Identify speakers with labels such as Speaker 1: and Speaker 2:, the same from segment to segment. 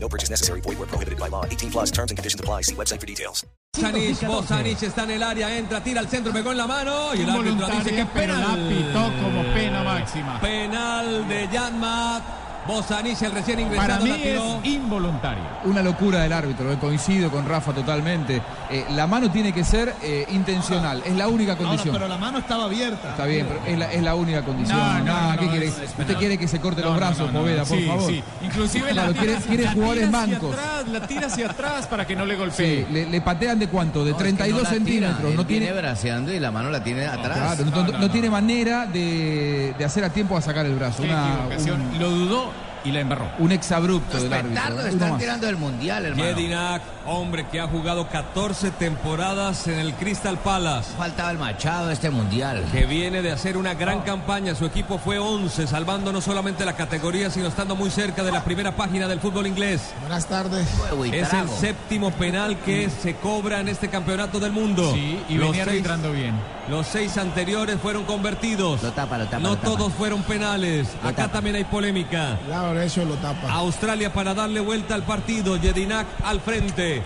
Speaker 1: No purchase necessary. Void where prohibited by law. 18 plus terms and conditions apply. See website for details.
Speaker 2: Sanich, Bozanich está en el área, entra, tira al centro, pegó en la mano y el árbitro dice que
Speaker 3: voluntaria, pero la
Speaker 2: penal.
Speaker 3: pitó como pena máxima.
Speaker 2: Penal de Yanmat. Bozanich, el recién
Speaker 3: Para
Speaker 2: ingresado,
Speaker 3: mí
Speaker 2: la tiró.
Speaker 3: es involuntaria.
Speaker 4: Una locura del árbitro, eh, coincido con Rafa totalmente. Eh, la mano tiene que ser eh, intencional, es la única condición.
Speaker 5: pero la mano estaba abierta.
Speaker 4: Está bien, pero es la, es la única condición. Ah,
Speaker 3: No, no,
Speaker 4: ¿qué
Speaker 3: no,
Speaker 4: quiere?
Speaker 3: es- es
Speaker 4: ¿Usted quiere que se corte los brazos,
Speaker 3: No, no, no,
Speaker 4: Poveda, por
Speaker 3: sí,
Speaker 4: favor?
Speaker 3: sí. Inclusive
Speaker 4: Claro,
Speaker 3: la
Speaker 4: quiere-
Speaker 3: tira-
Speaker 4: quiere
Speaker 3: la
Speaker 4: jugadores
Speaker 3: tira hacia
Speaker 4: mancos.
Speaker 3: atrás, la tira hacia atrás para que no le golpee.
Speaker 4: Sí, le, le patean de cuánto? De 32 centímetros. No tiene,
Speaker 6: braceando y la mano la tiene atrás.
Speaker 4: claro, no, no- no tiene manera de, de hacer a tiempo a sacar el brazo.
Speaker 3: Qué
Speaker 4: Una-
Speaker 3: equivocación.
Speaker 4: un,
Speaker 3: Lo dudó y la embarró.
Speaker 4: un exabrupto del árbitro. ¿eh?
Speaker 6: Petardo
Speaker 4: ¿no?
Speaker 6: le
Speaker 4: Uno
Speaker 6: están
Speaker 4: más.
Speaker 6: tirando del mundial, hermano.
Speaker 2: Jedinak, hombre que ha jugado 14 temporadas en el Crystal Palace.
Speaker 6: Faltaba el machado de este mundial.
Speaker 2: que viene de hacer una gran campaña. Su equipo fue 11, salvando no solamente la categoría, sino estando muy cerca de la primera página del fútbol inglés.
Speaker 5: Buenas tardes.
Speaker 6: Huevo y
Speaker 2: Es el
Speaker 6: trago.
Speaker 2: séptimo penal que se cobra en este campeonato del mundo.
Speaker 3: Sí, y venía arbitrando bien.
Speaker 2: los seis anteriores fueron convertidos.
Speaker 6: Lo tapa, lo tapa,
Speaker 2: no
Speaker 6: lo tapa.
Speaker 2: todos fueron penales.
Speaker 6: Lo
Speaker 2: Acá
Speaker 6: tapa.
Speaker 2: también hay polémica.
Speaker 5: Laura, eso lo tapa.
Speaker 2: Australia para darle vuelta al partido. Jedinak al frente.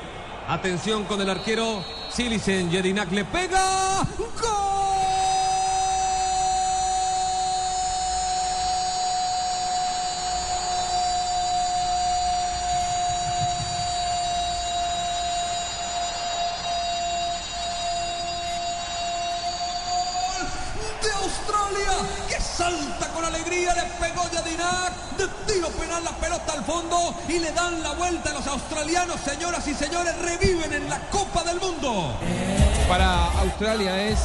Speaker 2: Atención con el arquero Silicen. Jedinak le pega. ¡Gol! de Australia que salta con alegría, le pegó Yadinak, de tiro penal la pelota al fondo y le dan la vuelta a los australianos, señoras y señores, reviven en la Copa del Mundo.
Speaker 4: Para Australia es